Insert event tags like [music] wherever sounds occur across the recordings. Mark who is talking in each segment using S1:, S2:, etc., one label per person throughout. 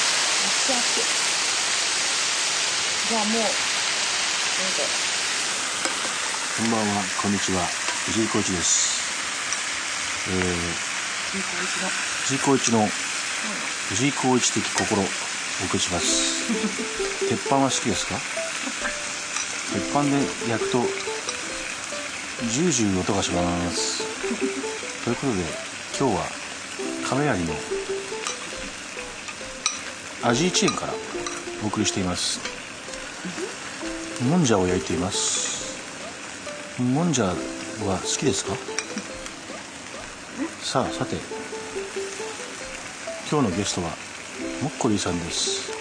S1: ちゃ熱いじゃあもうなんか
S2: こんばんは、こんにちは。藤井浩一です。えー、
S1: いい感じの
S2: 藤井浩一の藤井浩一的心、お送りします。鉄板は好きですか鉄板で焼くと、ジュージュー音がします。ということで、今日は、亀有のアジーチームからお送りしています。もんじゃを焼いています。もんじゃは好きですかさあさて今日のゲストはもっこりーさんです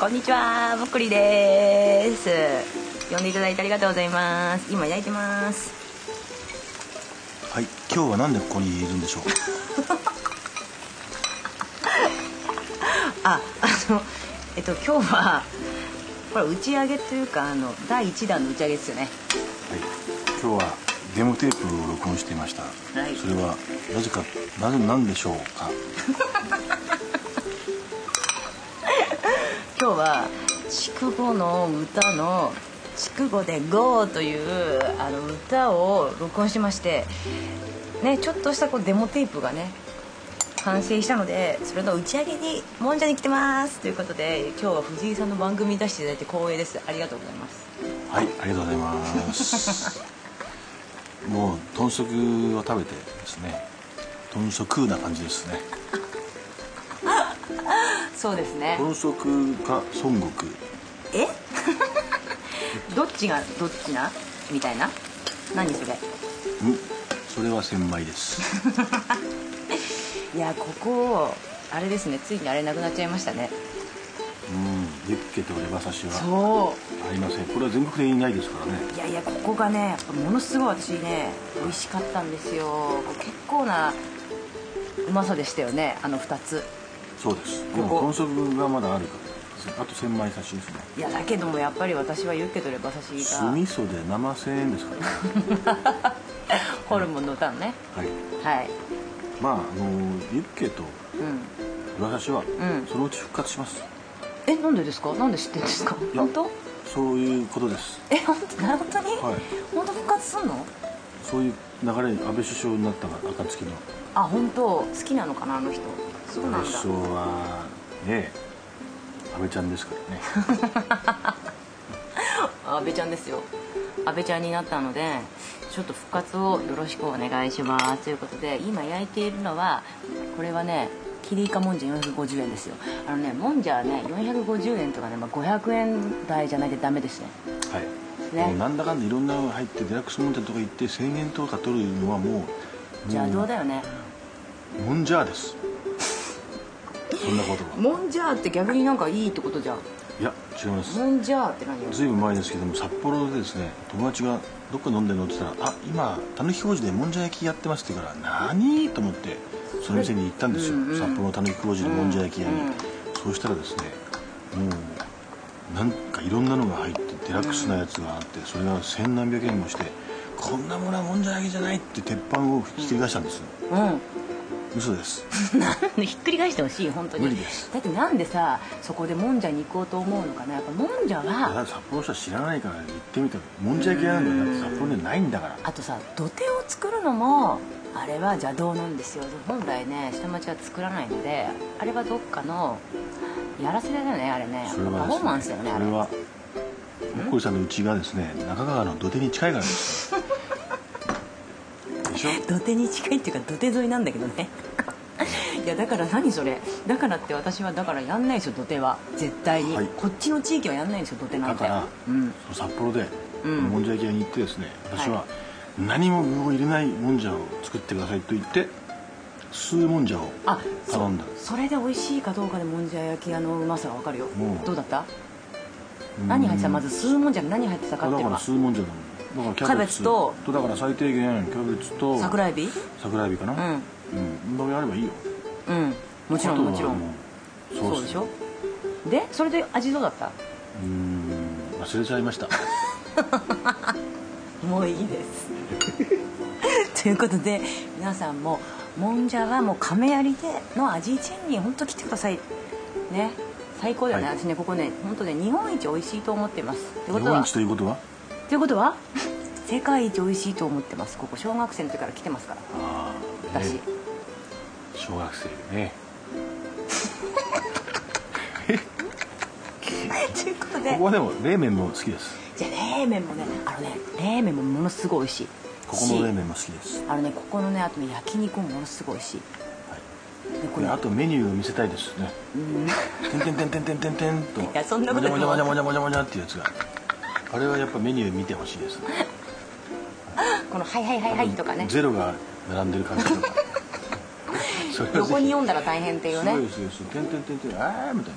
S1: こんにちはぼっくりです呼んでいただいてありがとうございます今焼いてます
S2: はい今日はなんでここにいるんで [laughs] しょう
S1: ああのえっと今日はこれ打ち上げというかあの第1弾の打ち上げですよね
S2: はい今日はデモテープを録音していました、
S1: い
S2: それはなぜかなぜなんでしょうか
S1: 今日は筑後の歌の「筑後でゴー」というあの歌を録音しまして、ね、ちょっとしたこうデモテープがね完成したのでそれの打ち上げにもんじゃに来てますということで今日は藤井さんの番組に出していただいて光栄ですありがとうございます
S2: はいありがとうございます [laughs] もう豚足を食べてですね豚足な感じですね
S1: そうですね
S2: 豚足か孫悟空
S1: え [laughs] どっちがどっちなみたいな何それ
S2: うんそれは千枚 [laughs] です
S1: いやここあれですねついにあれなくなっちゃいましたね
S2: うんユッケとレバ刺しは
S1: そう
S2: ありませんこれは全国でいないですからね
S1: いやいやここがねやっぱものすごい私ね美味しかったんですよこう結構なうまさでしたよねあの2つ
S2: そうです
S1: こ
S2: で
S1: こ
S2: も豚足がまだあるからあと千枚刺しですね
S1: いやだけどもやっぱり私はユッケとレバ刺し
S2: 酢
S1: が
S2: 味噌で7000円ですからね
S1: ホルモンの歌のね
S2: はい
S1: はい
S2: まああのユッケと
S1: うん
S2: レバ刺しは
S1: ん
S2: そのうち復活します、
S1: えなんでですかなんで知ってんですか
S2: いや
S1: 本当
S2: そういうことです
S1: え本当本当に、
S2: はい
S1: 本当復活すんの
S2: そういう流れに安倍首相になったから暁の
S1: あ本当好きなのかなあの人そう
S2: 安
S1: な
S2: 倍
S1: ん
S2: 首
S1: だ
S2: 相はね安倍ちゃんですから
S1: [laughs]
S2: ね
S1: 阿部ちゃんですよ阿部ちゃんになったのでちょっと復活をよろしくお願いしますということで今焼いているのはこれはねキリイカもんじゃ450円ですよあのねもんじゃはね450円とかね、まあ、500円台じゃないとダメですね
S2: はい
S1: ね
S2: もうなんだかんだいろんなのが入ってデラックスモンテとか行って1000円とか取るのはもう
S1: 邪
S2: も
S1: 道
S2: う
S1: だよね
S2: もんじゃー
S1: [laughs]
S2: ですそんなことは
S1: もんじゃって逆になんかいいってことじゃん
S2: いや違います
S1: もんじゃって何よ
S2: ずいぶん前ですけども札幌でですね友達がどっか飲んでるのって言ったら「あ今たぬき工事でもんじゃ焼きやってます」って言うから「何?」と思ってその店に行ったんですよ、
S1: うんうん
S2: 札幌のたぬき工事でもんじゃ焼き屋に、
S1: うんうん
S2: そうしたらですねもうなんかいろんなのが入ってデラックスなやつがあってそれが千何百円もして「こんなものはもんじゃ焼きじゃない」って鉄板をひっくり返したんですよ、
S1: うん [laughs]
S2: 嘘です
S1: なんでひっくり返してほしい本当に
S2: 無理です
S1: だってなんでさそこでもんじゃに行こうと思うのかなやっぱもんじゃ
S2: いや
S1: は
S2: だって札幌の人は知らないから行ってみたらもんじゃ焼き屋なんだよだって札幌にはないんだから
S1: あとさ土手を作るのもあれは邪道なんですよ本来ね下町は作らないのであれはどっかのやらせだよねあれね
S2: それはですね
S1: パフォーマンスだよねあ
S2: そ
S1: れ
S2: れはもっこりさんの家がですね中川の土手に近いからです
S1: [laughs]
S2: よでしょ
S1: 土手に近いっていうか土手沿いなんだけどね [laughs] いやだから何それだからって私はだからやんないですよ土手は絶対に、
S2: はい
S1: こっちの地域はやんないんですよ土手な
S2: だ
S1: んて
S2: から、
S1: うん、
S2: その札幌で
S1: うん
S2: もんじゃ焼き屋に行ってですね私
S1: は
S2: は何も具を入れないもんじゃを作ってくださいと言って吸うもんじゃを
S1: あそ
S2: 頼んだ
S1: それで美味しいかどうかでもんじゃ焼き屋のうまさが分かるよ、
S2: うん
S1: どうだった何入ってたまず吸うもんじゃ何入ってたか
S2: だ
S1: っていうの
S2: から
S1: は
S2: 吸うもんじゃだもんだからキャベツ
S1: キャベツと
S2: だから最低限キャベツと
S1: 桜エビ
S2: 桜エビかな
S1: うん
S2: うんだけあればいいよ
S1: うんもちろ
S2: あ
S1: ん
S2: とは
S1: もちろん
S2: もうソース
S1: そうでしょでそれで味どうだった
S2: うーん忘れちゃいました
S1: もういいです [laughs] ということで皆さんももんじゃはもう亀有での味チェンに本当来てくださいね最高だよね、
S2: はい
S1: 私ねここね本当ね日本一美味しいと思ってますって
S2: 日
S1: ことは
S2: 本一ということは
S1: ということは世界一美味しいと思ってますここ小学生の時から来てますから
S2: ああ
S1: 私、
S2: ね小学生でね
S1: [laughs] ということで
S2: ここはでも冷麺も好きです
S1: じゃあ冷麺もねあのね冷麺もものすごい美味しい
S2: ここの冷
S1: し
S2: 麺も好きです、
S1: あのねここのねあとね焼肉もものすごい美味しい
S2: はい、
S1: でこ
S2: こ
S1: れ
S2: れあとメニューを見せたいですね
S1: うん
S2: てんてんてんてんてんてんてんと
S1: いやそんなこと
S2: も
S1: ない
S2: じゃもじゃもじゃもじゃもじゃもじゃっていうやつがあれはやっぱメニュー見てほしいですね
S1: この「はいはいはいはい」とかね
S2: ゼロが並んでる感じと
S1: [laughs]
S2: かそれはぜひ
S1: 横に読んだら大変っていうね
S2: そうですそうですてんてんてんてんあーみたい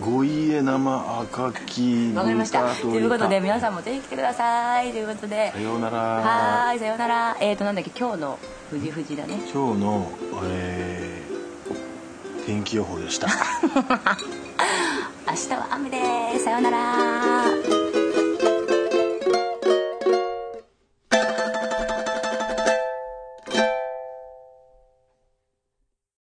S2: なご家生赤き
S1: わかりました
S2: 豚
S1: ということで皆さ
S2: ん
S1: んもぜひ来てくださいということで
S2: さようなら
S1: はーいさようならえっ、ー、となんだっけ今日の「富士富士」だね
S2: 今日の、えー天気予報でした
S1: 明日は雨ですさようなら